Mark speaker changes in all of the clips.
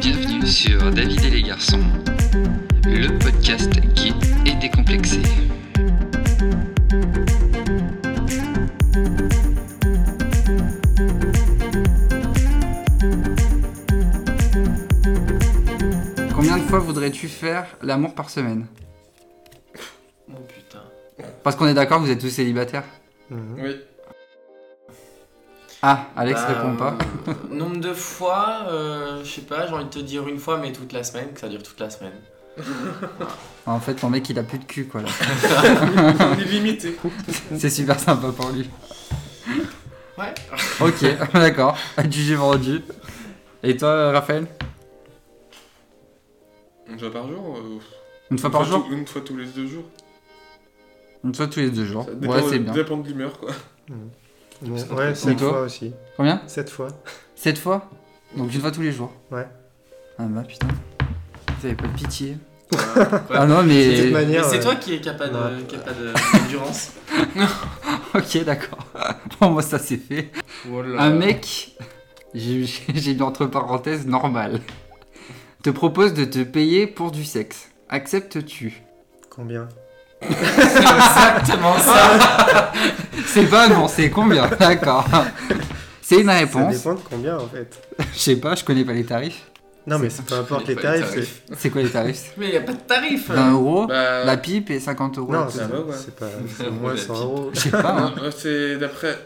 Speaker 1: Bienvenue sur David et les garçons, le podcast qui est décomplexé. Combien de fois voudrais-tu faire l'amour par semaine
Speaker 2: Oh putain.
Speaker 1: Parce qu'on est d'accord, vous êtes tous célibataires.
Speaker 2: Oui.
Speaker 1: Ah, Mhm. Alex
Speaker 2: Bah,
Speaker 1: répond pas.
Speaker 2: euh, nombre de fois, euh, je sais pas, j'ai envie de te dire une fois, mais toute la semaine, que ça dure toute la semaine.
Speaker 1: En fait, ton mec il a plus de cul quoi là.
Speaker 3: On est limité.
Speaker 1: C'est super sympa pour lui.
Speaker 2: Ouais.
Speaker 1: Ok, d'accord. Jugé vendu. Et toi, euh, Raphaël
Speaker 3: Une fois par jour euh,
Speaker 1: Une fois par
Speaker 3: fois
Speaker 1: jour
Speaker 3: tous- Une fois tous les deux jours.
Speaker 1: Une fois tous les deux jours.
Speaker 3: Ça dépend,
Speaker 1: Ouais, c'est bien.
Speaker 3: dépend de l'humeur quoi.
Speaker 4: Ouais,
Speaker 1: Et
Speaker 4: 7
Speaker 1: toi
Speaker 4: fois aussi.
Speaker 1: Combien
Speaker 4: 7 fois.
Speaker 1: Sept fois Donc une fois tous les jours.
Speaker 4: Ouais.
Speaker 1: Ah bah putain. Vous avez pas de pitié.
Speaker 2: Ouais.
Speaker 1: Ah non,
Speaker 4: De toute
Speaker 1: mais.
Speaker 2: Mais
Speaker 4: manière.
Speaker 2: c'est
Speaker 4: euh,
Speaker 2: toi qui es capable de-
Speaker 4: ouais.
Speaker 2: capable de- d'endurance.
Speaker 1: ok, d'accord. Pour moi, ça c'est fait.
Speaker 3: Euh.
Speaker 1: Un mec, j'ai j'ai mis entre parenthèses normal, te propose de te payer pour du sexe. Acceptes-tu
Speaker 4: Combien
Speaker 2: Exactement ça.
Speaker 1: C'est pas non, c'est combien D'accord. C'est une
Speaker 4: Ça
Speaker 1: réponse.
Speaker 4: dépend de combien en fait.
Speaker 1: Je sais pas, je connais pas les tarifs.
Speaker 4: Non, mais c'est peu importe
Speaker 2: connais
Speaker 4: les
Speaker 2: pas les
Speaker 4: tarifs. c'est-
Speaker 1: C'est quoi les tarifs
Speaker 2: Mais y a pas de tarif.
Speaker 1: 20
Speaker 5: Oh,
Speaker 1: euros,
Speaker 3: Bah,
Speaker 5: euh,
Speaker 1: la pipe et 50 euros.
Speaker 4: Non,
Speaker 1: la
Speaker 4: c'est
Speaker 3: ça va, ouais.
Speaker 4: c'est pas. C'est au moins
Speaker 2: Ouais,
Speaker 4: 100 euros.
Speaker 1: Je sais pas. hein.
Speaker 3: non, euh, c'est d'après.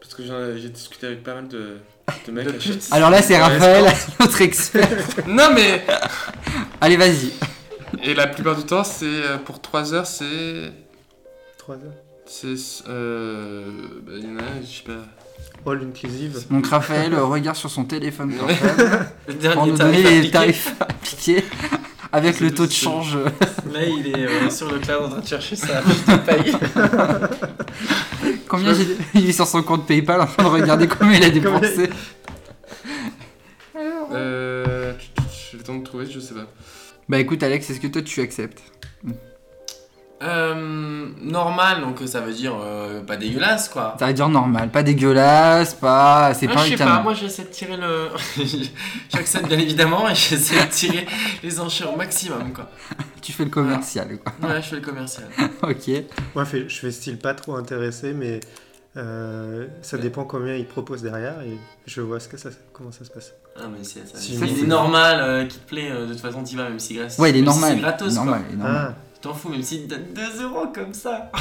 Speaker 3: Parce que j'en- j'ai discuté avec pas mal de, de mecs.
Speaker 2: De
Speaker 3: à chaque-
Speaker 2: pute.
Speaker 1: Alors là, c'est
Speaker 3: Ouais,
Speaker 1: Raphaël, notre expert.
Speaker 5: Non mais
Speaker 1: Allez, vas-y.
Speaker 5: Et la plupart du temps c'est euh, pour 3 heures c'est
Speaker 4: 3 heures.
Speaker 5: c'est euh bah, il y en a un, je sais pas.
Speaker 4: All inclusive.
Speaker 1: Donc Raphaël euh, regarde sur son téléphone
Speaker 5: Non.
Speaker 1: portable pour
Speaker 2: Le dernier
Speaker 1: nous
Speaker 2: tarif.
Speaker 1: donner les
Speaker 2: appliqué.
Speaker 1: tarifs appliqués avec
Speaker 5: C'est
Speaker 1: le taux de
Speaker 5: juste-
Speaker 1: change.
Speaker 2: Là, il est euh, sur le cloud en train de chercher sa fiche de paye.
Speaker 1: Combien j'ai- il est sur son compte PayPal en train de regarder combien il a
Speaker 4: Combien-
Speaker 1: dépensé.
Speaker 5: Euh tu- tu- j'ai le temps de trouver, je sais pas.
Speaker 1: Bah écoute Alex, est-ce que toi tu acceptes
Speaker 2: Euh, normal, donc ça veut dire euh, pas dégueulasse quoi.
Speaker 1: Ça veut dire normal, pas dégueulasse, pas... C'est
Speaker 2: Ah,
Speaker 1: pas
Speaker 2: je
Speaker 1: un
Speaker 2: sais pas,
Speaker 1: canon.
Speaker 2: moi j'essaie de tirer le. J'accepte bien évidemment et j'essaie de tirer les enchères au maximum quoi.
Speaker 1: Tu fais le commercial quoi.
Speaker 2: Ouais, je fais le commercial.
Speaker 1: Ok.
Speaker 4: Moi, fais- je fais style pas trop intéressé, mais euh, ça dépend combien ils proposent derrière et je vois ce que ça, comment ça se passe.
Speaker 2: Ah, mais c'est ça.
Speaker 4: Si,
Speaker 2: c'est-
Speaker 4: mais-
Speaker 2: il est normal euh, qu'il te plaît, euh, de toute façon t'y vas même si gratis.
Speaker 1: Ouais, il est
Speaker 2: même si
Speaker 1: normal.
Speaker 2: C'est gratos
Speaker 1: il est normal,
Speaker 2: quoi.
Speaker 1: il est
Speaker 4: Ah,
Speaker 1: normal.
Speaker 2: Tu T'en fous, même s'il te donne 2 euros comme ça.
Speaker 4: Ah.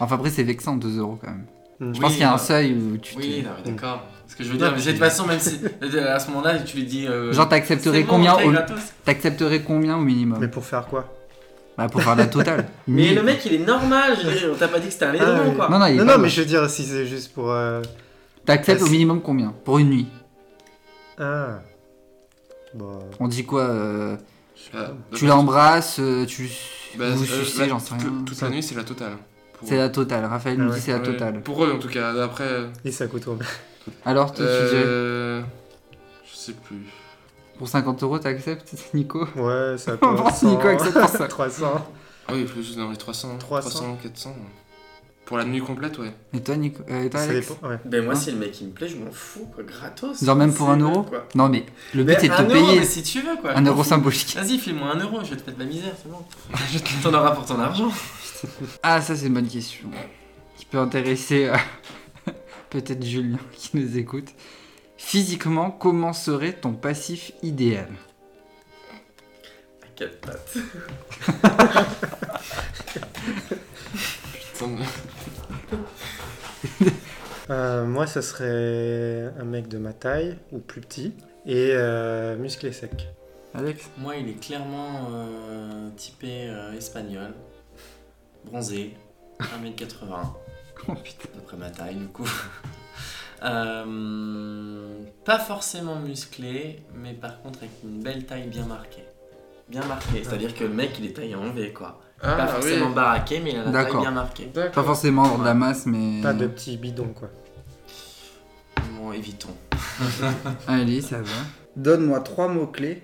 Speaker 1: Enfin après c'est vexant 2 euros quand même.
Speaker 4: Mm.
Speaker 1: Je
Speaker 2: Oui,
Speaker 1: pense qu'il y a un Mm.
Speaker 2: bah,
Speaker 1: seuil où tu...
Speaker 2: Oui,
Speaker 1: te-
Speaker 2: non, mais d'accord. Ce que je veux
Speaker 4: Non,
Speaker 2: dire, mais de toute façon, même si à ce moment-là tu lui dis. euh,
Speaker 1: Genre
Speaker 2: c'est
Speaker 1: t'accepterais
Speaker 2: bon,
Speaker 1: combien,
Speaker 2: t'es
Speaker 1: au...
Speaker 2: gratos.
Speaker 1: t'accepterais combien au minimum
Speaker 4: Mais pour faire quoi
Speaker 1: Bah pour faire la totale.
Speaker 2: Mais
Speaker 1: Mille.
Speaker 2: le mec il est normal, je veux dire, on t'a pas dit que c'était un
Speaker 4: Ah,
Speaker 2: laidron
Speaker 4: oui.
Speaker 2: quoi.
Speaker 1: Non, non, il est
Speaker 4: Non,
Speaker 1: pas
Speaker 4: non,
Speaker 1: mal.
Speaker 4: mais Bah, je veux dire, si c'est juste pour. euh,
Speaker 1: T'acceptes au
Speaker 4: Parce-
Speaker 1: minimum combien Pour une nuit.
Speaker 4: Ah. Bon.
Speaker 1: On dit quoi
Speaker 2: Bah,
Speaker 1: euh,
Speaker 5: Je sais pas.
Speaker 1: Tu l'embrasses, euh, tu
Speaker 5: Ah, Bah,
Speaker 1: vous
Speaker 5: euh,
Speaker 1: sucez,
Speaker 5: la-
Speaker 1: j'en sais rien.
Speaker 5: toute- Toute la nuit c'est la totale. Pour-
Speaker 1: C'est la totale. Raphaël
Speaker 4: Ah
Speaker 1: nous
Speaker 4: ouais.
Speaker 1: dit c'est la
Speaker 5: Ouais,
Speaker 1: totale.
Speaker 5: Pour eux en tout cas, après euh,
Speaker 4: Et ça coûte combien
Speaker 1: Alors toi, tu dirais
Speaker 5: euh, je sais plus.
Speaker 1: pour 50 euros t'acceptes, Nico
Speaker 4: Ouais, ça
Speaker 1: On
Speaker 4: coûte.
Speaker 1: pense Nico
Speaker 4: 100,
Speaker 1: accepte pour ça.
Speaker 4: 300.
Speaker 5: Ah oui, plus dans les 300,
Speaker 4: 300.
Speaker 5: 400. ouais. Pour la nuit complète, ouais.
Speaker 1: Et toi Nico euh, et toi,
Speaker 4: Ça
Speaker 1: Alex
Speaker 4: dépend. Ouais.
Speaker 2: Ben moi,
Speaker 1: Hein
Speaker 2: si le mec il me plaît, je m'en fous, quoi, gratos.
Speaker 1: Genre même pour
Speaker 2: C'est
Speaker 1: un
Speaker 2: dingue,
Speaker 1: euro
Speaker 2: quoi.
Speaker 1: Non mais le but
Speaker 4: Mais
Speaker 1: c'est de te
Speaker 2: Un euro, mais
Speaker 1: payer
Speaker 2: si tu veux, quoi.
Speaker 1: un euro symbolique.
Speaker 2: Vas-y, file-moi un euro, je vais te mettre de la misère, c'est bon. Je te- T'en auras pour ton argent.
Speaker 1: Ah ça c'est une bonne question. Qui peut intéresser euh, peut-être Julien qui nous écoute. Physiquement, comment serait ton passif idéal
Speaker 2: À quatre pattes.
Speaker 5: Putain, mais-
Speaker 4: Euh, moi, ça serait un mec de ma taille ou plus petit et euh, musclé sec.
Speaker 1: Alex
Speaker 2: Moi, il est clairement euh, typé euh, espagnol, bronzé, 1m80,
Speaker 1: Oh putain.
Speaker 2: d'après ma taille, du coup. Euh, pas forcément musclé, mais par contre avec une belle taille bien marquée. Bien marquée, c'est-à-dire que le mec il est taillé en V quoi.
Speaker 3: Ah,
Speaker 2: pas
Speaker 3: oui.
Speaker 2: forcément baraqué, mais il a la taille
Speaker 1: D'accord.
Speaker 2: bien marquée.
Speaker 1: Pas
Speaker 3: D'accord.
Speaker 1: forcément avoir de la masse mais.
Speaker 4: Pas de petit bidon, quoi.
Speaker 2: Bon, évitons.
Speaker 1: Allez, ça va. Donne-moi trois mots-clés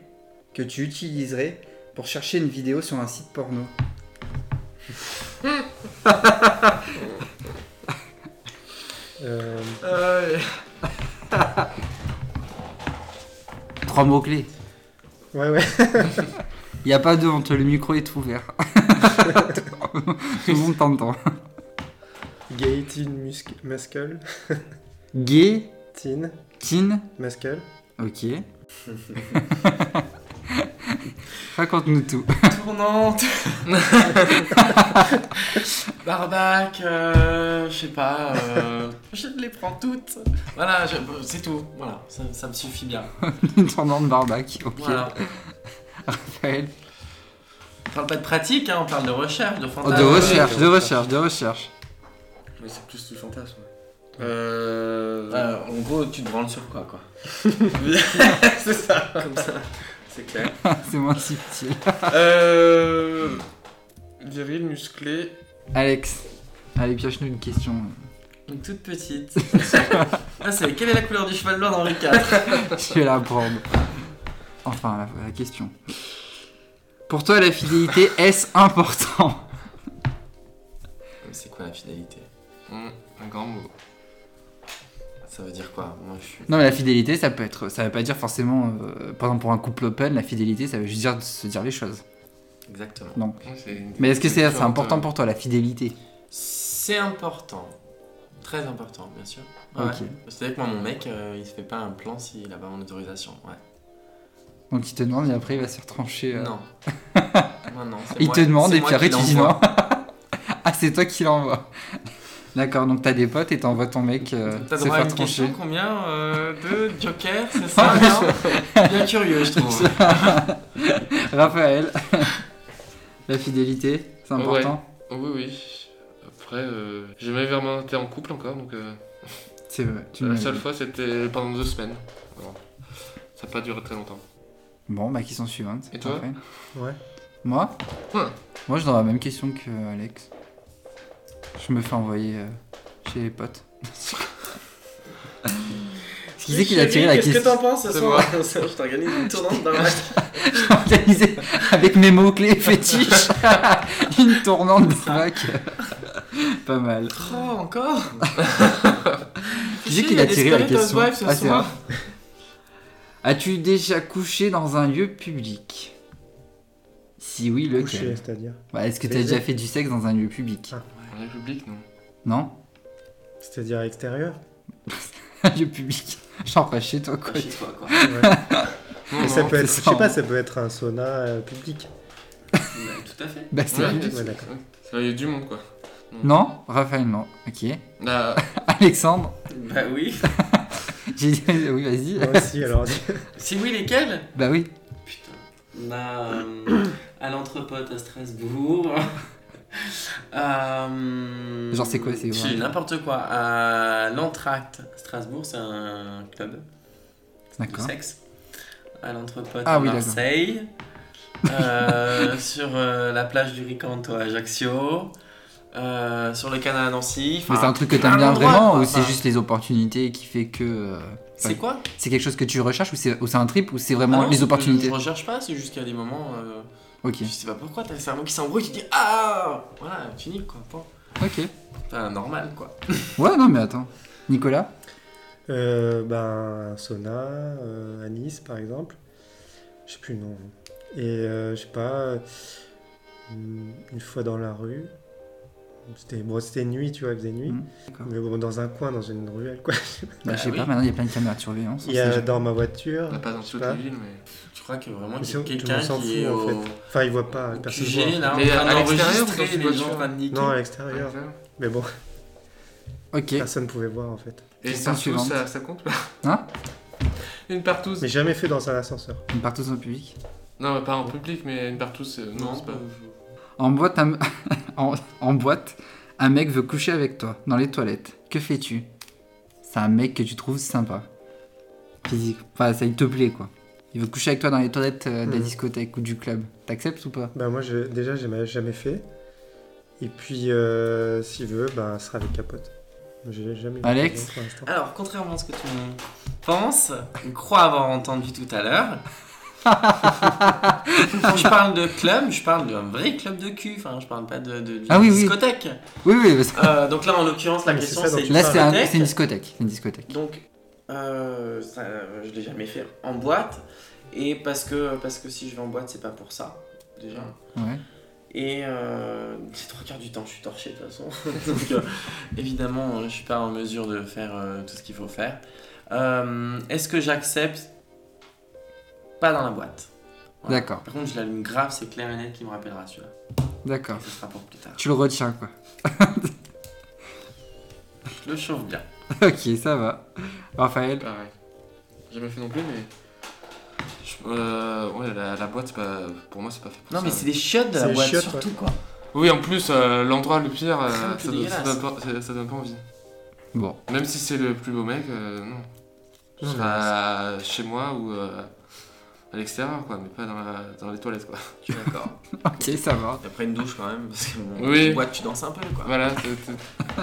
Speaker 1: que tu utiliserais pour chercher une vidéo sur un site porno.
Speaker 4: Euh,
Speaker 1: trois mots-clés.
Speaker 4: Ouais, ouais.
Speaker 1: Il n'y a pas deux entre le micro est ouvert. Tout le monde t'entend.
Speaker 4: Gaëtine Musc- Muscle.
Speaker 1: Gay,
Speaker 4: Tin
Speaker 1: teen,
Speaker 4: Muscle.
Speaker 1: ok. Raconte-nous tout.
Speaker 2: Tournante Barbac, euh, je sais pas, euh, je les prends toutes. Voilà, je- c'est tout. Voilà, ça, ça me suffit bien.
Speaker 1: Une tournante barbac, ok.
Speaker 2: Voilà.
Speaker 1: Raphaël.
Speaker 2: On parle pas de pratique, hein, on parle de recherche, de
Speaker 1: Oh,
Speaker 2: fantasme.
Speaker 1: de recherche,
Speaker 4: ouais.
Speaker 1: de recherche, de recherche.
Speaker 6: Mais c'est plus du fantasme. ouais. Euh.
Speaker 2: Euh, en gros, tu te branles sur quoi, quoi
Speaker 6: c'est ça,
Speaker 2: Comme ça.
Speaker 6: c'est clair.
Speaker 1: C'est moins subtil.
Speaker 6: Euh. Viril, musclé.
Speaker 1: Alex, allez, pioche-nous une question.
Speaker 2: Une toute petite. ah, c'est quelle est la couleur du cheval blanc dans le 4
Speaker 1: Je vais la prendre. Enfin, la, la question. Pour toi, la fidélité, est-ce important
Speaker 2: C'est quoi la fidélité
Speaker 5: Hum, un grand mot.
Speaker 2: Ça veut dire quoi Moi, je suis.
Speaker 1: Non, mais la fidélité, ça peut être. Ça veut pas dire forcément. euh, par exemple, pour un couple open, la fidélité, ça veut juste dire de se dire les choses.
Speaker 2: Exactement.
Speaker 5: Moi, c'est une-
Speaker 1: Mais est-ce que c'est
Speaker 5: une
Speaker 1: c'est
Speaker 5: sorte,
Speaker 1: important
Speaker 5: euh,
Speaker 1: pour toi, la fidélité
Speaker 2: C'est important. Très important, bien sûr. Ouais.
Speaker 1: Ok.
Speaker 2: C'est-à-dire que moi, mon mec, euh, il se fait pas un plan s'il a pas mon autorisation. Ouais.
Speaker 1: Donc, il te demande et après, il va se retrancher. euh.
Speaker 2: Non. non, non. c'est
Speaker 1: Il
Speaker 2: moi-
Speaker 1: te demande
Speaker 2: c'est
Speaker 1: et
Speaker 2: moi
Speaker 1: puis après,
Speaker 2: qui
Speaker 1: tu dis
Speaker 2: l'envoie.
Speaker 1: non. ah, c'est toi qui l'envoie. D'accord, donc t'as des potes et t'envoies ton mec euh,
Speaker 2: T'as
Speaker 1: se
Speaker 2: droit à
Speaker 1: faire
Speaker 2: une question,
Speaker 1: trancher.
Speaker 2: combien euh, de Joker, c'est ça non Bien curieux, je trouve. hein.
Speaker 1: Raphaël, la fidélité, c'est
Speaker 5: Ouais.
Speaker 1: important
Speaker 5: Oui, oui. Après, euh, j'ai jamais vraiment été en couple encore, donc euh,
Speaker 1: C'est vrai. Tu
Speaker 5: la
Speaker 1: m'as
Speaker 5: seule
Speaker 1: dit.
Speaker 5: fois c'était pendant deux semaines. Voilà. Ça n'a pas duré très longtemps.
Speaker 1: Bon, bah, ma question suivante.
Speaker 5: Et toi
Speaker 1: Raphaël.
Speaker 4: Ouais.
Speaker 1: Moi
Speaker 5: Ouais.
Speaker 1: Moi, je dans la même question que euh, Alex. Je me fais envoyer euh, chez les potes. Ce qui c'est qu'il a tiré la
Speaker 6: Qu'est-ce que t'en
Speaker 1: question
Speaker 6: penses ce
Speaker 5: C'est
Speaker 6: soir Je t'organise une tournante dans la
Speaker 1: organisée avec mes mots-clés fétiches. Une tournante de bac. Pas mal.
Speaker 2: Oh, encore
Speaker 1: Qui c'est qu'il a tiré la question Ah,
Speaker 2: Ah,
Speaker 1: c'est vrai. As-tu déjà couché dans un lieu public Si oui,
Speaker 4: Couché,
Speaker 1: lequel
Speaker 4: c'est-à-dire.
Speaker 1: bah, Est-ce que t'as déjà fait du sexe dans un lieu public
Speaker 4: Ah.
Speaker 5: En République, non
Speaker 1: Non
Speaker 4: C'est-à-dire extérieur.
Speaker 1: un lieu public. Genre pas chez toi quoi.
Speaker 2: Chez toi, quoi.
Speaker 4: Ouais.
Speaker 5: Non,
Speaker 4: Mais ça
Speaker 5: non.
Speaker 4: peut être,
Speaker 1: c'est
Speaker 4: je sais
Speaker 1: ça, hein.
Speaker 4: pas, ça peut être un sauna euh, public.
Speaker 2: Tout à fait.
Speaker 1: Bah c'est
Speaker 5: Ouais,
Speaker 1: vrai.
Speaker 5: c'est-
Speaker 4: Ouais, d'accord.
Speaker 5: ouais. C'est là, il y a du monde, quoi.
Speaker 1: Non, Raphaël non. Ok.
Speaker 5: Là,
Speaker 1: Alexandre,
Speaker 6: Bah oui.
Speaker 1: j'ai dit oui vas-y.
Speaker 4: Moi aussi, alors.
Speaker 2: Si oui, lesquels
Speaker 1: Bah oui.
Speaker 2: Putain. On a euh, à l'entrepote à Strasbourg. Euh,
Speaker 1: Genre, c'est quoi, c'est
Speaker 2: je dis
Speaker 1: quoi
Speaker 2: n'importe quoi. À l'entracte Strasbourg, c'est un club de
Speaker 1: D'accord.
Speaker 2: sexe. À l'entrepote
Speaker 1: Ah
Speaker 2: à
Speaker 1: oui, d'accord.
Speaker 2: Marseille. Euh, sur euh, la plage du Ricanto à Ajaccio. Euh, sur le canal à Nancy.
Speaker 1: Mais c'est
Speaker 2: Enfin,
Speaker 1: un truc que
Speaker 2: plein
Speaker 1: t'aimes bien
Speaker 2: d'endroits,
Speaker 1: vraiment
Speaker 2: quoi.
Speaker 1: ou c'est
Speaker 2: Enfin,
Speaker 1: juste les opportunités qui fait que euh,
Speaker 2: C'est quoi
Speaker 1: c'est quelque chose que tu recherches ou c'est ou c'est un trip ou c'est
Speaker 2: Ah
Speaker 1: vraiment
Speaker 2: non,
Speaker 1: les
Speaker 2: c'est que
Speaker 1: opportunités.
Speaker 2: Je recherche pas, c'est jusqu'à des moments. euh,
Speaker 1: Ok.
Speaker 2: Je sais pas pourquoi, t'as le cerveau qui s'embrouille, tu dis Ah Voilà, fini quoi, point.
Speaker 1: Ok.
Speaker 2: Enfin, normal quoi.
Speaker 1: Ouais non mais attends. Nicolas, bah,
Speaker 4: Euh, ben, un sauna euh, à Nice, par exemple. Je sais plus le nom. Et euh, je sais pas, euh, une une fois dans la rue. C'était bon, c'était nuit, tu vois, il faisait nuit.
Speaker 2: Mmh.
Speaker 1: Mhm, d'accord.
Speaker 4: Mais bon, dans un coin, dans une ruelle, quoi.
Speaker 1: bah,
Speaker 2: Bah
Speaker 1: je sais
Speaker 2: oui.
Speaker 1: pas. Maintenant il y a plein de caméras de surveillance. on
Speaker 4: Il y a
Speaker 1: sait jamais.
Speaker 4: dans ma
Speaker 5: on
Speaker 4: voiture.
Speaker 5: n'a pas dans
Speaker 4: je sais
Speaker 5: toutes
Speaker 4: pas.
Speaker 5: les villes, mais.
Speaker 2: Tu crois que vraiment qu'il y a
Speaker 4: Mais c'est- tout le
Speaker 2: quelqu'un
Speaker 4: monde s'en
Speaker 2: qui est
Speaker 4: fout, en
Speaker 2: au,
Speaker 4: Enfin, il voit pas,
Speaker 2: au
Speaker 4: personne
Speaker 2: QG,
Speaker 4: voit.
Speaker 2: là, en
Speaker 5: Mais
Speaker 2: train
Speaker 5: à l'extérieur,
Speaker 2: d'enregistrer
Speaker 5: dans une
Speaker 2: les gens
Speaker 5: voiture.
Speaker 2: en train de niquer.
Speaker 4: Non, à l'extérieur. Mais bon,
Speaker 1: Ok.
Speaker 4: personne pouvait voir en fait.
Speaker 5: Et
Speaker 1: Question
Speaker 5: partout,
Speaker 1: suivante.
Speaker 5: ça, ça compte pas
Speaker 1: Hein
Speaker 5: Une partouze
Speaker 4: Mais jamais fait dans un ascenseur.
Speaker 1: Une partout en public.
Speaker 5: Non, pas en public, mais une partouze, euh, non, c'est pas.
Speaker 1: En boîte, un... en, en boîte, un mec veut coucher avec toi dans les toilettes. Que fais-tu C'est un mec que tu trouves sympa. Physique. Enfin, ça il te plaît quoi. Il veut coucher avec toi dans les toilettes euh, de la
Speaker 4: Mhm.
Speaker 1: discothèque ou du club. T'acceptes ou pas
Speaker 4: Bah moi je, déjà j'ai jamais fait. Et puis euh, s'il veut, bah ce sera avec capote. J'ai jamais eu
Speaker 1: Alex
Speaker 4: d'occasion pour l'instant.
Speaker 2: Alors, contrairement à ce que tout le monde pense, ou croit avoir entendu tout à l'heure, quand je parle de club, je parle d'un vrai club de cul, enfin, je parle pas de, de- d'une
Speaker 1: Ah oui, oui.
Speaker 2: discothèque.
Speaker 1: Oui, oui. parce que-
Speaker 2: Euh, donc là, en l'occurrence, la
Speaker 4: Ah, mais c'est
Speaker 2: question
Speaker 4: ça dont
Speaker 2: c'est
Speaker 4: tu
Speaker 2: une
Speaker 1: Là, c'est un- c'est une
Speaker 2: discothèque.
Speaker 1: discothèque. C'est une discothèque.
Speaker 2: Donc, Euh, ça, euh, je l'ai jamais fait en boîte. Et parce que, parce que si je vais en boîte, c'est pas pour ça, déjà.
Speaker 7: Ouais.
Speaker 2: Et euh, les trois quarts du temps, je suis torché de toute façon. Donc, euh, évidemment, euh, je suis pas en mesure de faire euh, tout ce qu'il faut faire. Euh, Est-ce que j'accepte Pas dans la boîte. Voilà.
Speaker 7: D'accord,
Speaker 2: Par contre, je l'allume grave, c'est clair et net qui me rappellera celui-là.
Speaker 7: d'accord.
Speaker 2: Ce sera pour plus tard.
Speaker 7: Tu le retiens quoi.
Speaker 2: Je le chauffe bien.
Speaker 7: ok, ça va. Raphaël,
Speaker 5: Pareil. Jamais fait non plus, mais. Je- euh, ouais, la, la boîte, c'est pas, pour moi, c'est pas fait pour
Speaker 2: Non,
Speaker 5: ça.
Speaker 2: mais c'est des chiottes de la
Speaker 4: C'est des
Speaker 2: boîte,
Speaker 4: chiottes,
Speaker 2: surtout quoi.
Speaker 5: Oui, en plus, euh, l'endroit le pire, euh,
Speaker 2: Ah, c'est
Speaker 5: ça, donne, ça,
Speaker 2: dégueulasse.
Speaker 5: donne pas, ça- ça donne pas envie.
Speaker 7: bon,
Speaker 5: Même si c'est le plus beau mec, euh, non. Je
Speaker 4: Non,
Speaker 5: serai à- chez moi ou euh, à l'extérieur, quoi, mais pas dans, la- dans les toilettes, quoi.
Speaker 2: Je suis d'accord.
Speaker 7: ok, ça va.
Speaker 2: Et Après une douche quand même, parce que bon,
Speaker 5: Oui.
Speaker 2: en boîte, tu danses un peu quoi.
Speaker 5: Voilà, t'es- t'es-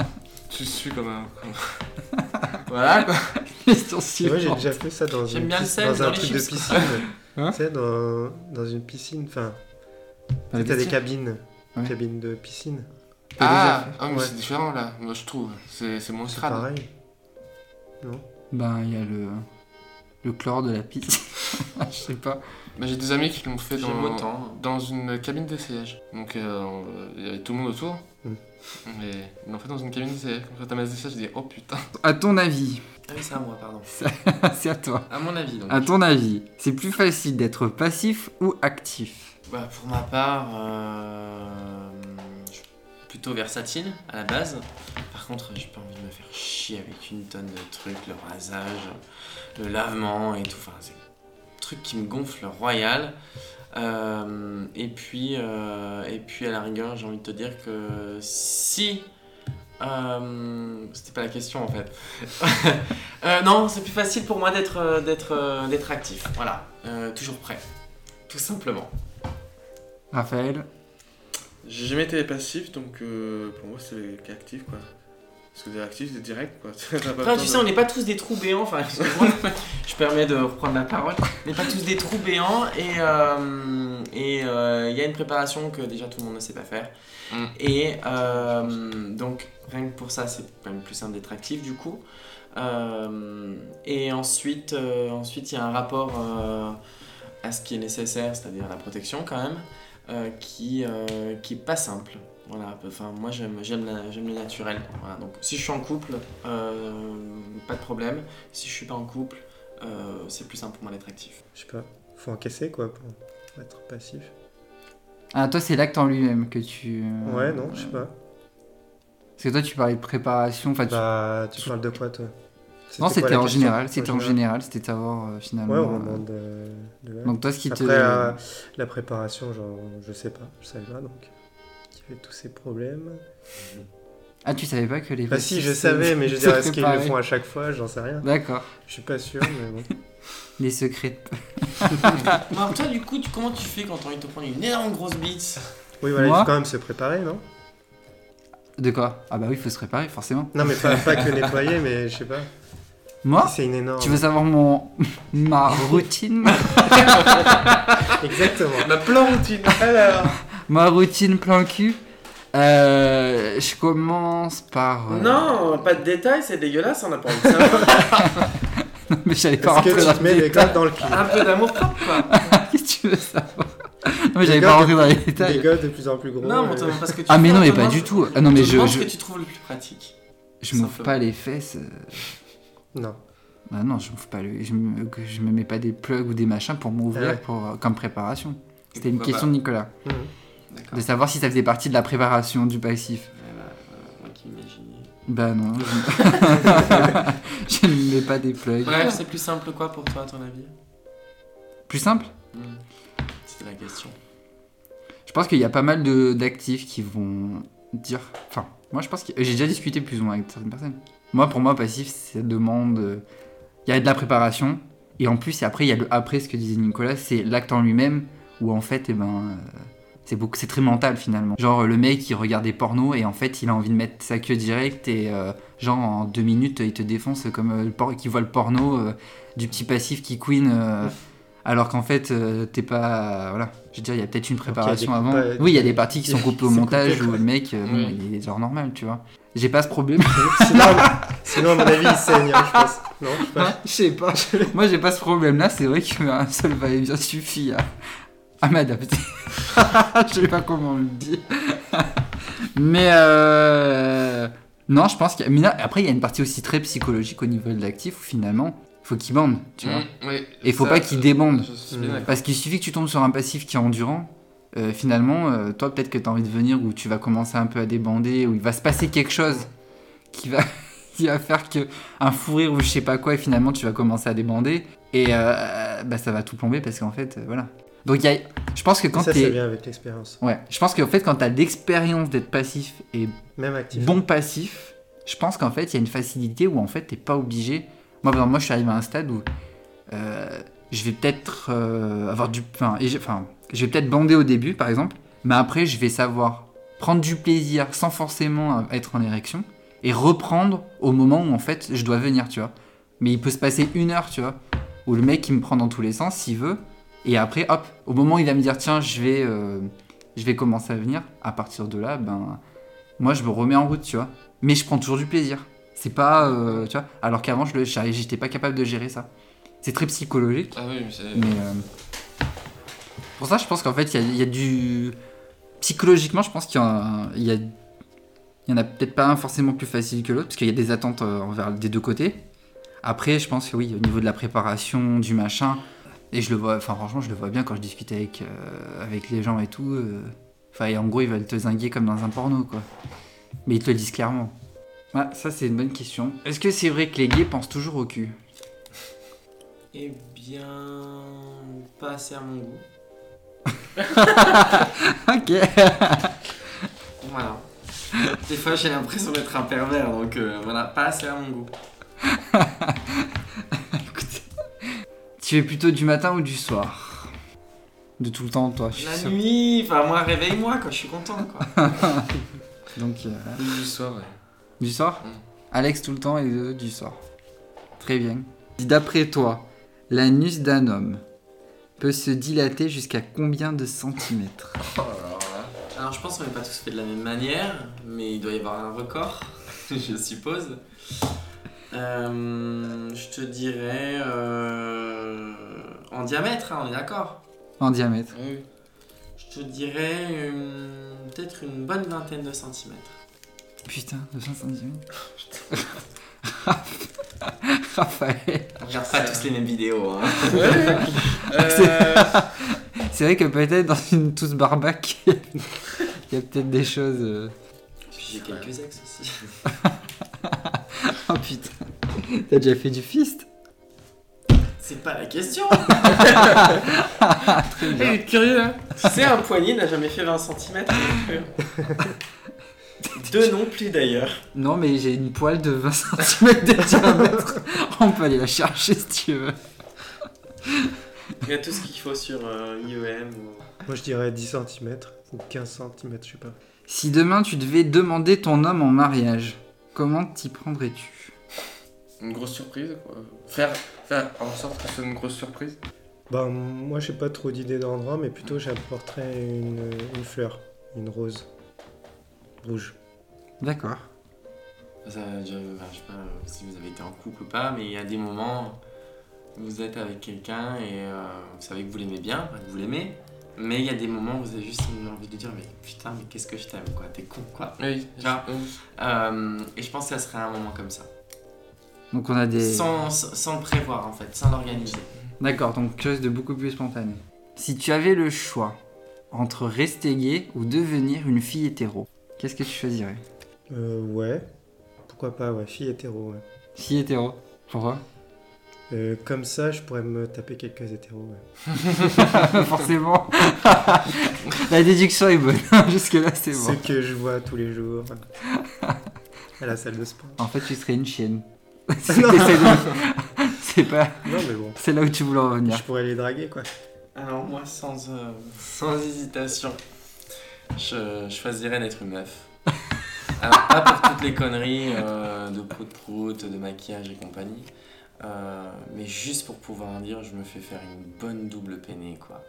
Speaker 5: tu suis comme un.
Speaker 2: Voilà quoi.
Speaker 7: Question
Speaker 4: Tu vois, j'ai
Speaker 7: suivante.
Speaker 4: déjà fait ça dans,
Speaker 2: J'aime
Speaker 4: une
Speaker 2: bien le
Speaker 4: pisc-
Speaker 2: sel
Speaker 4: dans
Speaker 2: dans
Speaker 4: un
Speaker 2: les
Speaker 4: truc
Speaker 2: chips.
Speaker 4: de piscine.
Speaker 7: Hein
Speaker 4: tu sais, dans, dans une piscine, enfin, tu sais, t'as des cabines,
Speaker 7: Ouais.
Speaker 4: cabines de piscine,
Speaker 5: Ah, ah, mais
Speaker 4: Ouais.
Speaker 5: c'est différent là, moi je trouve. C'est c'est moins
Speaker 4: c'est
Speaker 5: crade.
Speaker 4: pareil.
Speaker 7: Ben, il y a le... le chlore de la piste. Je sais pas.
Speaker 5: Mais Bah, j'ai des amis qui l'ont fait
Speaker 2: J'aime
Speaker 5: dans,
Speaker 2: autant.
Speaker 5: dans une cabine d'essayage. Donc euh, on- il y avait tout le monde autour.
Speaker 4: Mm.
Speaker 5: Mais ils l'ont fait dans une cabine d'essayage. Quand t'as ma d'essayage, je dis oh putain.
Speaker 7: À ton avis,
Speaker 2: Ah oui, c'est à moi, pardon.
Speaker 7: c'est à Ah, toi.
Speaker 2: À mon avis donc.
Speaker 7: À ton avis, c'est plus facile d'être passif ou actif
Speaker 2: Bah, pour ma part, euh, je suis plutôt versatile à la base. Par contre, j'ai pas envie de me faire chier avec une tonne de trucs, le rasage, le lavement et tout. Enfin, c'est un truc qui me gonfle royal. Euh, et, puis, euh, et puis, à la rigueur, j'ai envie de te dire que si. euh, C'était pas la question en fait. Euh, non, c'est plus facile pour moi d'être euh, d'être euh, d'être actif. Voilà, Euh, toujours prêt, tout simplement.
Speaker 7: Raphaël
Speaker 8: J'ai jamais été passif, donc euh, pour moi, c'est actif, quoi. Parce que t'es actif, t'es direct, quoi. T'as pas
Speaker 2: Après,
Speaker 8: besoin
Speaker 2: tu
Speaker 8: de-
Speaker 2: sais, on n'est pas tous des trous béants. Enfin, excuse-moi, je permets de reprendre la parole. On n'est pas tous des trous béants et euh, et, euh, il y a une préparation que déjà tout le monde ne sait pas faire.
Speaker 5: Mm.
Speaker 2: Et euh, donc, rien que pour ça, c'est quand même plus simple d'être actif du coup. Euh, et ensuite, euh, ensuite, il y a un rapport euh, à ce qui est nécessaire, c'est-à-dire la protection quand même, euh, qui, euh, qui est pas simple. Voilà, enfin moi j'aime j'aime la- j'aime le naturel. Voilà, donc si je suis en couple, euh, pas de problème. Si je suis pas en couple, euh, c'est plus simple pour moi d'être actif.
Speaker 4: Je sais pas, faut encaisser quoi pour pour être passif.
Speaker 7: Ah, toi, c'est l'acte en lui-même que tu. euh,
Speaker 4: Ouais, non, je sais pas.
Speaker 7: Parce que toi, tu parlais de préparation. Enfin, tu-
Speaker 4: Bah, tu
Speaker 7: tu-
Speaker 4: parles de quoi toi
Speaker 7: non,
Speaker 4: quoi,
Speaker 7: c'était
Speaker 4: la
Speaker 7: en
Speaker 4: question
Speaker 7: général. C'était en
Speaker 4: Ouais,
Speaker 7: général. C'était de savoir euh, finalement.
Speaker 4: Ouais, au
Speaker 7: euh,
Speaker 4: moment de. de la-
Speaker 7: Donc, toi, ce qui
Speaker 4: Après,
Speaker 7: te.
Speaker 4: euh, la préparation, genre, je sais pas, je savais pas donc. Qui fait tous ces problèmes.
Speaker 7: Ah, tu savais pas que les.
Speaker 4: Bah, si,
Speaker 7: vaccins,
Speaker 4: je
Speaker 7: c'est-
Speaker 4: savais, mais je
Speaker 7: se
Speaker 4: dirais ce qu'ils le
Speaker 7: préparer.
Speaker 4: font à chaque fois, j'en sais rien.
Speaker 7: D'accord.
Speaker 4: Je suis pas sûr, mais bon.
Speaker 7: Les secrets.
Speaker 2: Bon, Alors toi du coup, tu- comment tu fais quand t'as envie de te prendre une énorme grosse bite
Speaker 4: Oui, voilà,
Speaker 7: Moi
Speaker 4: il faut quand même se préparer, non
Speaker 7: De quoi Ah, bah oui, il faut se préparer, forcément.
Speaker 4: Non, mais pas, pas que nettoyer, mais je sais pas.
Speaker 7: Moi
Speaker 4: C'est une énorme.
Speaker 7: Tu veux savoir mon. ma routine
Speaker 4: Exactement.
Speaker 8: Ma plan routine, alors
Speaker 7: Ma routine plan cul Euh, Je commence par. euh,
Speaker 8: Non, pas de détails, c'est dégueulasse, on a pas envie de savoir.
Speaker 7: Mais j'allais pas
Speaker 4: Est-ce
Speaker 7: rentrer
Speaker 4: que
Speaker 7: dans
Speaker 4: tu te mets
Speaker 7: les
Speaker 4: des
Speaker 7: détails.
Speaker 4: claques dans le cul
Speaker 7: Ah,
Speaker 2: Un peu d'amour propre quoi
Speaker 7: Qu'est-ce que tu veux savoir Non, mais j'allais
Speaker 4: gars
Speaker 7: pas
Speaker 4: de-
Speaker 7: rentrer dans les
Speaker 4: Des
Speaker 7: détails.
Speaker 4: gars de plus en plus gros.
Speaker 2: Non, mais on
Speaker 4: euh,
Speaker 2: te demande pas ce que tu
Speaker 7: Ah, mais
Speaker 2: fais,
Speaker 7: non,
Speaker 2: on
Speaker 7: mais
Speaker 2: te
Speaker 7: pas
Speaker 2: demande-
Speaker 7: du tout. Ah, non,
Speaker 2: on
Speaker 7: mais
Speaker 2: te
Speaker 7: je.
Speaker 2: demande ce
Speaker 7: je-
Speaker 2: que tu trouves le plus pratique.
Speaker 7: Je m'ouvre
Speaker 2: Simplement.
Speaker 7: pas les fesses. euh,
Speaker 4: non.
Speaker 7: Bah non, je m'ouvre pas le... je, me... que je me mets pas des plugs ou des machins pour m'ouvrir
Speaker 4: Ah ouais.
Speaker 7: pour euh, comme préparation.
Speaker 2: Et
Speaker 7: C'était une
Speaker 2: pourquoi
Speaker 7: question de Nicolas,
Speaker 5: Mm.
Speaker 4: Mhm.
Speaker 2: pas D'accord.
Speaker 7: de savoir si ça faisait partie de la préparation du passif.
Speaker 2: Ouais, bah, euh, moi qui imaginais.
Speaker 7: Bah non, je, je ne mets pas des plugs.
Speaker 2: Bref, c'est plus simple quoi pour toi à ton avis
Speaker 7: Plus simple
Speaker 2: Hmm. C'était la question.
Speaker 7: Je pense qu'il y a pas mal de- d'actifs qui vont dire. Enfin, moi je pense que. J'ai déjà discuté plus ou moins avec certaines personnes. Moi, pour moi, passif, ça demande. euh, Il y a de la préparation. Et en plus, après, il y a le après, ce que disait Nicolas, c'est l'acte en lui-même, où en fait, eh ben, euh, c'est beaucoup, c'est très mental finalement. Genre, le mec, il regarde des pornos et en fait, il a envie de mettre sa queue directe et euh, genre, en deux minutes, il te défonce comme euh, le por- qui voit le porno euh, du petit passif qui queen euh, Alors qu'en fait, euh, t'es pas. Voilà. Je veux dire, il y a peut-être une préparation
Speaker 4: des
Speaker 7: avant.
Speaker 4: coupages.
Speaker 7: Oui, il y a des parties qui sont coupées au
Speaker 4: C'est coupé,
Speaker 7: montage où
Speaker 4: quoi.
Speaker 7: le mec, euh, bon,
Speaker 2: Oui.
Speaker 7: il est genre normal, tu vois. J'ai pas ce problème.
Speaker 4: Sinon, sinon, à mon avis, il saigne, hein, je pense. Non, je sais pas.
Speaker 7: Je sais pas. Moi, j'ai pas ce problème-là. C'est vrai qu'un seul va-et-vient suffit à, à m'adapter. je sais pas comment le dire. Mais euh, non, je pense qu'il y a- mais là, après, il y a une partie aussi très psychologique au niveau de l'actif où finalement, faut qu'il bande, tu
Speaker 4: Mm.
Speaker 7: vois. Et faut pas qu'il débande.
Speaker 5: Mm.
Speaker 7: Mm.
Speaker 5: Je suis bien
Speaker 4: Hmm.
Speaker 5: d'accord.
Speaker 7: Parce qu'il suffit que tu tombes sur un passif qui est endurant. euh, finalement, euh, toi, peut-être que tu as envie de venir où tu vas commencer un peu à débander, où il va se passer quelque chose qui va, qui va faire que un fou rire ou je sais pas quoi, et finalement, tu vas commencer à débander. Et euh, bah, ça va tout plomber parce qu'en fait, euh, voilà. Donc, il y a- je pense que quand
Speaker 4: ça, ça
Speaker 7: t'es.
Speaker 4: vient avec l'expérience.
Speaker 7: Ouais, je pense qu'en fait, quand t'as l'expérience d'être passif et
Speaker 4: Même actif.
Speaker 7: bon passif, je pense qu'en fait, il y a une facilité où en fait, t'es pas obligé. Moi, par exemple, moi, je suis arrivé à un stade où euh, je vais peut-être euh, avoir du. Enfin, et j'ai- enfin, je vais peut-être bander au début, par exemple, mais après, je vais savoir prendre du plaisir sans forcément être en érection et reprendre au moment où en fait, je dois venir, tu vois. Mais il peut se passer une heure, tu vois, où le mec, il me prend dans tous les sens s'il veut, et après, hop, au moment où il va me dire, tiens, je vais. euh, je vais commencer à venir, à partir de là, ben, moi je me remets en route, tu vois. Mais je prends toujours du plaisir. C'est pas, euh, tu vois. Alors qu'avant, je le- j'arri- j'étais pas capable de gérer ça. C'est très psychologique,
Speaker 5: Ah oui, mais c'est.
Speaker 7: mais euh, pour ça, je pense qu'en fait, il y a- il y, a du psychologiquement, je pense qu'il y, a un- il y a, il y en a peut-être pas un forcément plus facile que l'autre, parce qu'il y a des attentes euh, envers des deux côtés. Après, je pense que oui, au niveau de la préparation, du machin, et je le vois, enfin franchement, je le vois bien quand je discute avec euh, avec les gens et tout. euh, Enfin, et en gros, ils veulent te zinguer comme dans un porno, quoi. Mais ils te le disent clairement. Ah, ça, c'est une bonne question. Est-ce que c'est vrai que les gays pensent toujours au cul
Speaker 2: Eh bien. Pas assez à mon goût.
Speaker 7: Ok.
Speaker 2: Voilà. Des fois, j'ai l'impression d'être un pervers, donc euh, voilà, pas assez à mon goût.
Speaker 7: tu es plutôt du matin ou du soir De tout le temps, toi, je suis
Speaker 2: La
Speaker 7: sûr.
Speaker 2: nuit, enfin, moi, réveille-moi quand je suis content, quoi.
Speaker 7: Donc, euh,
Speaker 5: Du soir, ouais.
Speaker 7: du soir
Speaker 5: Mm.
Speaker 7: Alex tout le temps et les autres du soir. Très bien. D'après toi, l'anus d'un homme peut se dilater jusqu'à combien de centimètres
Speaker 5: Oh, alors là.
Speaker 2: Alors je pense qu'on n'est pas tous fait de la même manière, mais il doit y avoir un record, je suppose. Euh, je te dirais euh, en diamètre, hein, on est d'accord.
Speaker 7: En diamètre.
Speaker 2: Oui. Je te dirais euh, peut-être une bonne vingtaine de centimètres.
Speaker 7: Putain, 200 centimètres. Raphaël.
Speaker 2: On regarde pas tous les mêmes vidéos. Hein.
Speaker 7: C'est vrai que peut-être dans une tousse barbac, il y a peut-être des choses. euh,
Speaker 2: Puis j'ai quelques ex aussi.
Speaker 7: Oh putain, t'as déjà fait du fist
Speaker 2: C'est pas la question.
Speaker 7: Très
Speaker 2: Il est curieux. Hein. Tu sais, un poignet n'a jamais fait 20 centimètres. euh. Deux non plus d'ailleurs.
Speaker 7: Non, mais j'ai une poêle de 20 cm de diamètre. On peut aller la chercher si tu veux.
Speaker 2: Il y a tout ce qu'il faut sur euh,
Speaker 8: E
Speaker 2: IEM ou.
Speaker 4: Moi, je dirais 10 cm ou 15 cm, je sais pas.
Speaker 7: Si demain tu devais demander ton homme en mariage, comment t'y prendrais-tu
Speaker 5: Une grosse surprise, quoi. Faire, faire en sorte que ce soit une grosse surprise.
Speaker 4: Ben, moi, j'ai pas trop d'idées d'endroit, mais plutôt j'apporterais une, une fleur, une rose rouge.
Speaker 7: D'accord.
Speaker 2: Ça, je, ben, je sais pas euh, si vous avez été en couple ou pas, mais il y a des moments où vous êtes avec quelqu'un et euh, vous savez que vous l'aimez bien, enfin, que vous l'aimez, mais il y a des moments où vous avez juste envie de dire mais putain mais qu'est-ce que je t'aime quoi, t'es con quoi.
Speaker 5: Oui,
Speaker 2: Genre, Euh, et je pense que ça serait un moment comme ça,
Speaker 7: Donc on a des.
Speaker 2: sans, sans sans le prévoir en fait, sans l'organiser.
Speaker 7: D'accord, donc quelque chose de beaucoup plus spontané. Si tu avais le choix entre rester gay ou devenir une fille hétéro, qu'est-ce que tu choisirais
Speaker 4: Euh, ouais. Pourquoi pas, ouais. Fille hétéro, ouais.
Speaker 7: Fille hétéro. Pourquoi
Speaker 4: Euh, comme ça, je pourrais me taper quelques hétéros, ouais.
Speaker 7: Forcément. La déduction est bonne. Jusque-là, c'est bon.
Speaker 4: Ceux que je vois tous les jours. à la salle de sport.
Speaker 7: En fait, tu serais une chienne. C'est t'essaies de- c'est pas.
Speaker 4: Non, mais bon.
Speaker 7: C'est là où tu voulais en venir.
Speaker 4: Je pourrais les draguer, quoi.
Speaker 2: Alors moi sans, euh, sans hésitation, je, je choisirais d'être une meuf. Alors pas pour toutes les conneries euh, de prout prout, de maquillage et compagnie. Euh, mais juste pour pouvoir en dire, je me fais faire une bonne double peinée, quoi.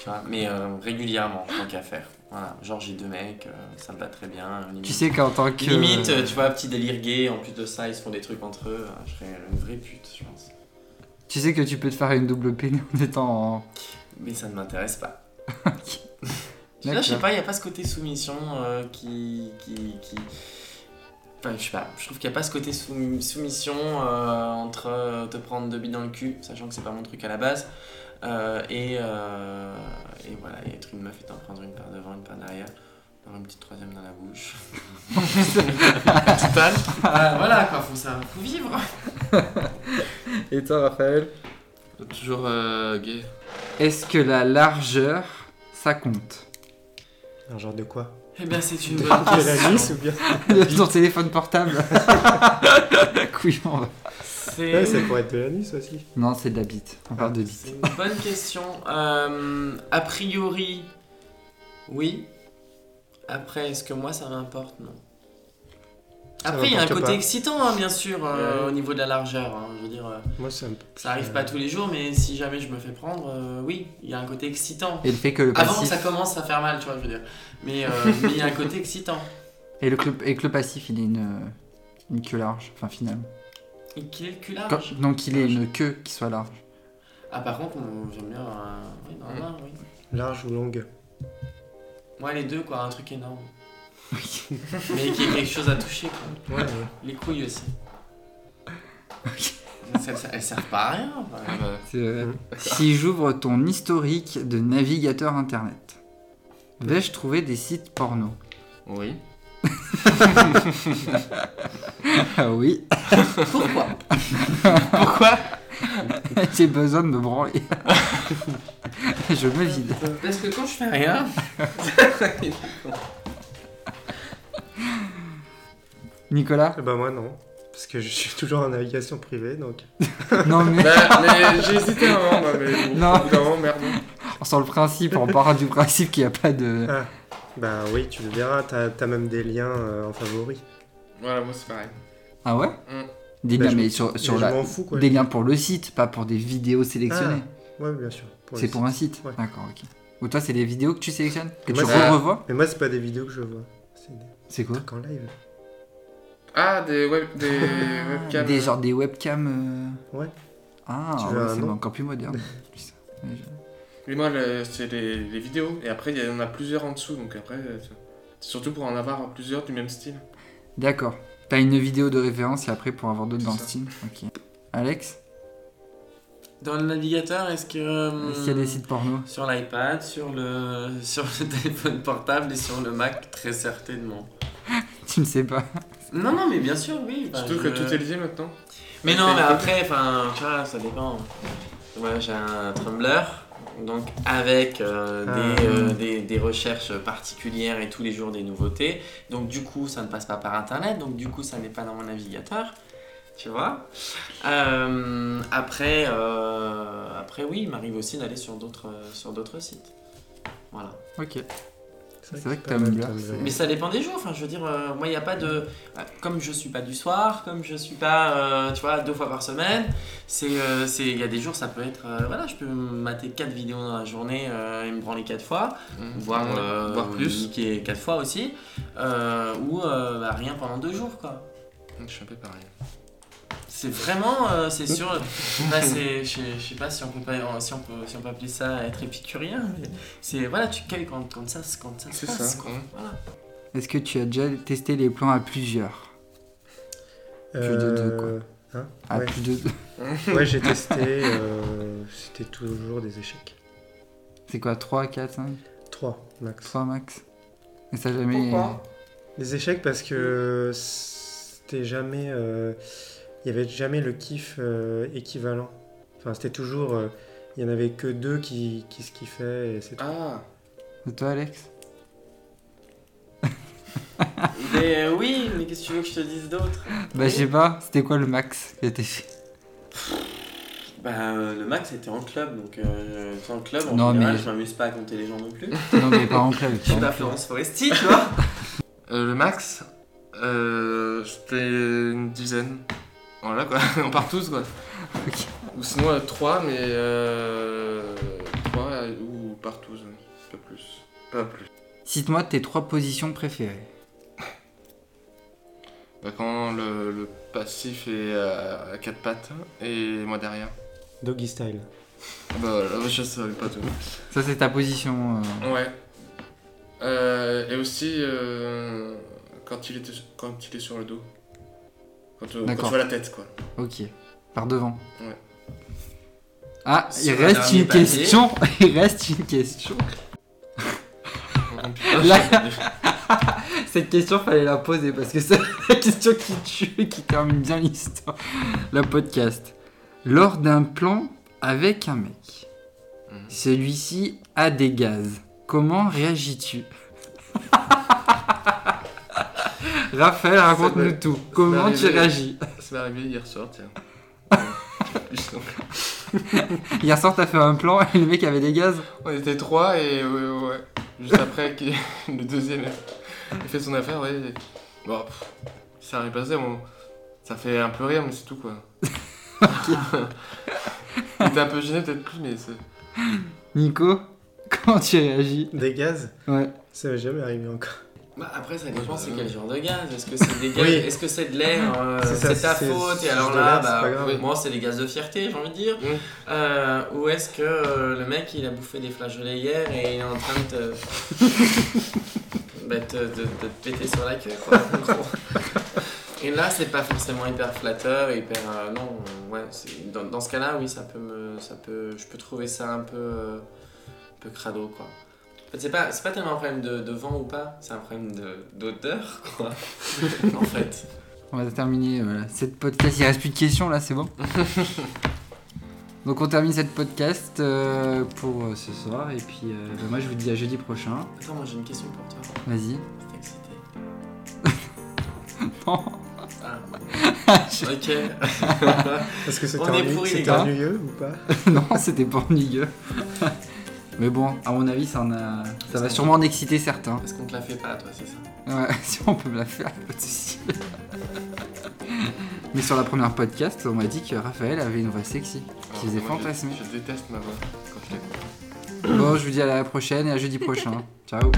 Speaker 2: Tu vois, mais euh, régulièrement, tant qu'à faire. Voilà, genre j'ai deux mecs, euh, ça me va très bien. limite-
Speaker 7: Tu sais qu'en tant que.
Speaker 2: Limite, euh, tu vois, petit délire gay, en plus de ça, ils se font des trucs entre eux. hein. Je serais une vraie pute, je pense.
Speaker 7: Tu sais que tu peux te faire une double peine en étant en.
Speaker 2: Mais ça ne m'intéresse pas. Tu vois, je sais
Speaker 7: D'accord.
Speaker 2: pas, il n'y a pas ce côté soumission euh, qui, qui, qui- Enfin, je sais pas, je trouve qu'il n'y a pas ce côté soumi- soumission euh, entre euh, te prendre deux billes dans le cul, sachant que c'est pas mon truc à la base, euh, et, euh, et voilà, et être une meuf et t'en prendre une paire devant, une paire derrière, avoir une petite troisième dans la bouche. Total. voilà, quoi, faut, ça, faut vivre.
Speaker 7: Et toi, Raphaël
Speaker 5: Toujours euh, gay.
Speaker 7: Est-ce que la largeur, ça compte
Speaker 4: Un genre de quoi
Speaker 2: Eh bien, c'est une
Speaker 4: De
Speaker 2: bonne
Speaker 4: de la
Speaker 2: question.
Speaker 4: lisse ou bien
Speaker 7: De Ton téléphone portable Couillon. va.
Speaker 2: C'est
Speaker 4: Ouais, ça pourrait être de la lisse aussi.
Speaker 7: Non, c'est de la bite. On parle de bite.
Speaker 2: C'est une bonne question. Euh, a priori, oui. Après, est-ce que moi ça m'importe Non.
Speaker 4: Ça
Speaker 2: Après, il y a un
Speaker 4: m'importe
Speaker 2: côté
Speaker 4: pas.
Speaker 2: excitant, hein, bien sûr, euh,
Speaker 4: Ouais.
Speaker 2: au niveau de la largeur. hein. Je veux dire, euh,
Speaker 4: Moi, Euh, c'est un peu.
Speaker 2: ça arrive pas tous les jours, mais si jamais je me fais prendre, euh, oui, il y a un côté excitant.
Speaker 7: Et le fait que le
Speaker 2: Avant que
Speaker 7: passif.
Speaker 2: ça commence à faire mal, tu vois, je veux dire. Mais euh, mais il y a un côté excitant.
Speaker 7: Et, le club... et que le passif, il est une. Une queue large, enfin finalement.
Speaker 2: Et qu'il est le cul large.
Speaker 7: Quand- Donc il est une queue qui soit large.
Speaker 2: Ah, par contre, on- j'aime bien. euh, Oui, non, non, oui.
Speaker 4: Large ou longue
Speaker 2: Moi, les deux, quoi, un truc énorme. mais qu'il y ait quelque chose à toucher, quoi.
Speaker 4: Ouais,
Speaker 2: Les couilles aussi. Ça- ça- elles servent pas à rien. enfin.
Speaker 5: Ah bah,
Speaker 2: Mm.
Speaker 7: Si j'ouvre ton historique de navigateur internet, vais-je trouver des sites porno
Speaker 5: oui.
Speaker 7: Ah oui,
Speaker 2: Pourquoi
Speaker 5: Pourquoi
Speaker 7: j'ai besoin de me branler. Je me vide.
Speaker 2: Parce que quand je fais rien.
Speaker 7: Nicolas
Speaker 4: Bah, moi, non. Parce que je suis toujours en navigation privée, donc.
Speaker 7: Non mais
Speaker 8: Bah, mais j'ai hésité un moment, moi, mais bon,
Speaker 7: Non.
Speaker 8: au bout d'un moment, merde.
Speaker 7: sur le principe, on part du principe qu'il n'y a pas de...
Speaker 4: Bah, oui, tu le verras, t'as t'as même des liens euh, en favori.
Speaker 8: Voilà, moi c'est pareil.
Speaker 7: Ah ouais
Speaker 8: Mm.
Speaker 7: Des
Speaker 4: Bah,
Speaker 7: liens,
Speaker 4: je-
Speaker 7: mais sur, Euh, sur
Speaker 4: Mais
Speaker 7: la-
Speaker 4: Je m'en fous, quoi.
Speaker 7: Des liens pour le site, pas pour des vidéos sélectionnées.
Speaker 4: Ouais, bien sûr. Ah, pour
Speaker 7: c'est
Speaker 4: les-
Speaker 7: pour un site.
Speaker 4: Ouais.
Speaker 7: D'accord, ok. Ou toi, c'est des vidéos que tu sélectionnes Que
Speaker 4: Moi,
Speaker 7: tu
Speaker 4: c'est-
Speaker 7: revois
Speaker 4: Mais moi, c'est pas des vidéos que je vois. C'est des
Speaker 7: C'est quoi
Speaker 4: trucs en live.
Speaker 8: Ah, des, web, des webcams.
Speaker 7: Ah,
Speaker 8: euh.
Speaker 7: Des genre des webcams. euh,
Speaker 4: Ouais.
Speaker 7: Ah,
Speaker 4: Tu
Speaker 7: ouais,
Speaker 4: veux un
Speaker 7: c'est
Speaker 4: nom
Speaker 7: encore plus moderne. Putain, mais je-
Speaker 8: Mais moi, le- c'est les, les vidéos. Et après, il y en a plusieurs en dessous. Donc après, euh, c'est- c'est surtout pour en avoir plusieurs du même style.
Speaker 7: D'accord. T'as une vidéo de référence et après pour avoir d'autres
Speaker 8: C'est
Speaker 7: dans le
Speaker 8: ça.
Speaker 7: Steam. Ok. Alex,
Speaker 2: Dans le navigateur, est-ce que. euh,
Speaker 7: est-ce qu'il y a des sites porno
Speaker 2: Sur l'iPad, sur le, sur le téléphone portable et sur le Mac, très certainement.
Speaker 7: Tu ne sais pas.
Speaker 2: Non, non, mais bien sûr, oui. bah,
Speaker 8: surtout
Speaker 2: je-
Speaker 8: que tout est lié maintenant.
Speaker 2: Mais non, mais après, enfin, tu vois, ça dépend. Moi, j'ai un Tumblr, donc avec euh, des,
Speaker 4: Ah.
Speaker 2: euh, des- des recherches particulières et tous les jours des nouveautés. Donc, du coup, ça ne passe pas par Internet, donc du coup, ça n'est pas dans mon navigateur. Tu vois Euh, Après, euh, après, oui, il m'arrive aussi d'aller sur d'autres euh, sur d'autres sites. Voilà.
Speaker 7: Ok.
Speaker 4: C'est
Speaker 7: vrai que
Speaker 4: pas mal,
Speaker 7: Tumblr,
Speaker 4: Tumblr.
Speaker 7: c'est-
Speaker 2: Mais ça dépend des jours, enfin je veux dire, euh, moi il n'y a pas de... ah, Comme je suis pas du soir, comme je suis pas, euh, tu vois, deux fois par semaine, c'est... euh, c'est- Il y a des jours, ça peut être... euh, voilà, je peux mater quatre vidéos dans la journée euh, et me branler quatre fois, voire, euh,
Speaker 5: Voire plus.
Speaker 2: niquer quatre fois aussi, euh, ou euh, bah, rien pendant deux jours, quoi.
Speaker 5: Je suis un peu pareil.
Speaker 2: C'est vraiment, euh, c'est sûr. bah, c'est, je sais- je sais pas si on peut pas, si on peut, si on peut appeler ça être épicurien, mais c'est voilà, tu cueilles quand, quand ça, se- quand ça se
Speaker 8: C'est
Speaker 2: passe,
Speaker 8: ça.
Speaker 2: quoi. Voilà.
Speaker 7: Est-ce que tu as déjà testé les plans à plusieurs Que de deux, quoi. Ah.
Speaker 4: Euh, hein
Speaker 7: À
Speaker 4: ouais.
Speaker 7: plus de.
Speaker 4: Ouais, j'ai testé. euh, C'était toujours des échecs.
Speaker 7: C'est quoi 3, 4, 5
Speaker 4: Trois, max.
Speaker 7: 3 max Et ça jamais.
Speaker 8: Pourquoi
Speaker 4: Des échecs parce que c'était jamais. euh, Il n'y avait jamais le kiff euh, équivalent. Enfin, c'était toujours. euh, Il n'y en avait que deux qui, qui se kiffaient et c'est tout.
Speaker 8: Ah,
Speaker 7: Et Euh, toi, Alex
Speaker 2: Mais euh, oui, mais qu'est-ce que tu veux que je te dise d'autre
Speaker 7: Bah, je sais pas, c'était quoi le max qui a été fait
Speaker 2: Bah, euh, le max c'était en club, donc euh, tu sais, en club, en
Speaker 7: Non,
Speaker 2: général,
Speaker 7: mais-
Speaker 2: je m'amuse pas à compter les gens non plus.
Speaker 7: Non, mais pas en club.
Speaker 2: je suis pas Florence Foresti, tu vois.
Speaker 5: Euh, le max, euh, c'était une dizaine. Voilà quoi, on part tous quoi.
Speaker 8: Ou sinon euh, 3, mais euh, 3 euh, ou partout, pas plus. Pas plus.
Speaker 7: Cite-moi tes trois positions préférées.
Speaker 5: Bah, quand le, le passif est à, à quatre pattes et moi derrière.
Speaker 4: Doggy style.
Speaker 5: Bah, là, je savais pas tout.
Speaker 7: Ça, c'est ta position. euh,
Speaker 8: Ouais. Euh, et aussi euh, quand, il était, quand il est sur le dos. Quand, euh, quand tu
Speaker 7: D'accord.
Speaker 8: vois la tête, quoi.
Speaker 7: Ok. Par devant.
Speaker 8: Ouais.
Speaker 7: Ah, il
Speaker 2: Sur le
Speaker 7: reste
Speaker 2: dernier
Speaker 7: une
Speaker 2: papier.
Speaker 7: question. Il reste une question.
Speaker 5: Là.
Speaker 7: Cette question, fallait la poser parce que c'est la question qui tue, qui termine bien l'histoire. Le podcast. Lors d'un plan avec un mec,
Speaker 5: Mhm.
Speaker 7: celui-ci a des gaz. Comment réagis-tu Raphaël, raconte-nous
Speaker 5: m'est-
Speaker 7: tout. Comment tu
Speaker 5: arrivé.
Speaker 7: réagis
Speaker 5: Ça m'est arrivé hier soir, tiens. Justement.
Speaker 7: Hier soir, t'as fait un plan et le mec avait des gaz.
Speaker 5: On était trois et ouais, ouais, ouais. juste après que le deuxième a fait son affaire, ouais. et- Bon, pff, ça arrive passé, on- ça fait un peu rire, mais c'est tout quoi. Il était un peu gêné peut-être plus, mais c'est.
Speaker 7: Nico, comment tu réagis
Speaker 4: Des gaz
Speaker 7: Ouais.
Speaker 4: Ça m'est jamais arrivé encore.
Speaker 2: Bah, après, ça
Speaker 5: Moi,
Speaker 2: dépend
Speaker 5: je-
Speaker 2: c'est quel genre de gaz. Est-ce que c'est des gaz
Speaker 4: Oui.
Speaker 2: Est-ce que c'est de l'air euh,
Speaker 4: C'est ça,
Speaker 2: C'est ta
Speaker 4: c'est-
Speaker 2: faute
Speaker 4: c'est
Speaker 2: Et alors
Speaker 4: de
Speaker 2: là,
Speaker 4: l'air, c'est
Speaker 2: bah,
Speaker 4: pas grave.
Speaker 2: oui, moi, c'est des gaz de fierté, j'ai envie de dire.
Speaker 5: Mm.
Speaker 2: Euh, ou est-ce que euh, le mec, il a bouffé des flageolets hier et il est en train de te. bah, te, de- de te péter sur la queue, quoi. en gros. Et là, c'est pas forcément hyper flatteur, hyper. euh, non, euh, ouais. c'est- Dans, dans ce cas-là, oui, ça peut me. Ça peut, je peux trouver ça un peu. euh, un peu crado, quoi. En fait, c'est pas, c'est pas tellement un problème de, de vent ou pas, c'est un problème de- d'odeur, quoi. en fait.
Speaker 7: On va terminer euh, cette podcast. Il reste plus de questions là, c'est bon Donc on termine cette podcast euh, pour euh, ce soir. Et puis euh, bah, moi je vous dis à jeudi prochain.
Speaker 2: Attends, moi j'ai une question pour toi.
Speaker 7: Vas-y.
Speaker 2: T'es excité
Speaker 7: Non.
Speaker 2: Ah. ok.
Speaker 4: Est-ce que c'était
Speaker 2: On est
Speaker 4: ennuy-
Speaker 2: pourris, les
Speaker 4: c'était
Speaker 2: gars.
Speaker 4: ennuyeux ou pas
Speaker 7: non, c'était pas ennuyeux. Mais bon, à mon avis, ça, en a... ça va sûrement en exciter certains.
Speaker 2: Est-ce qu'on te la fait pas, toi, c'est ça
Speaker 7: Ouais, si on peut me la faire, pas de soucis. Mais sur la première podcast, on m'a dit que Raphaël avait une voix sexy.
Speaker 5: Alors,
Speaker 7: faisait
Speaker 5: Ah, moi, je-
Speaker 7: fantasmer.
Speaker 5: Je, déteste ma voix quand je l'écoute.
Speaker 7: Bon, je vous dis à la prochaine et à jeudi prochain. Ciao.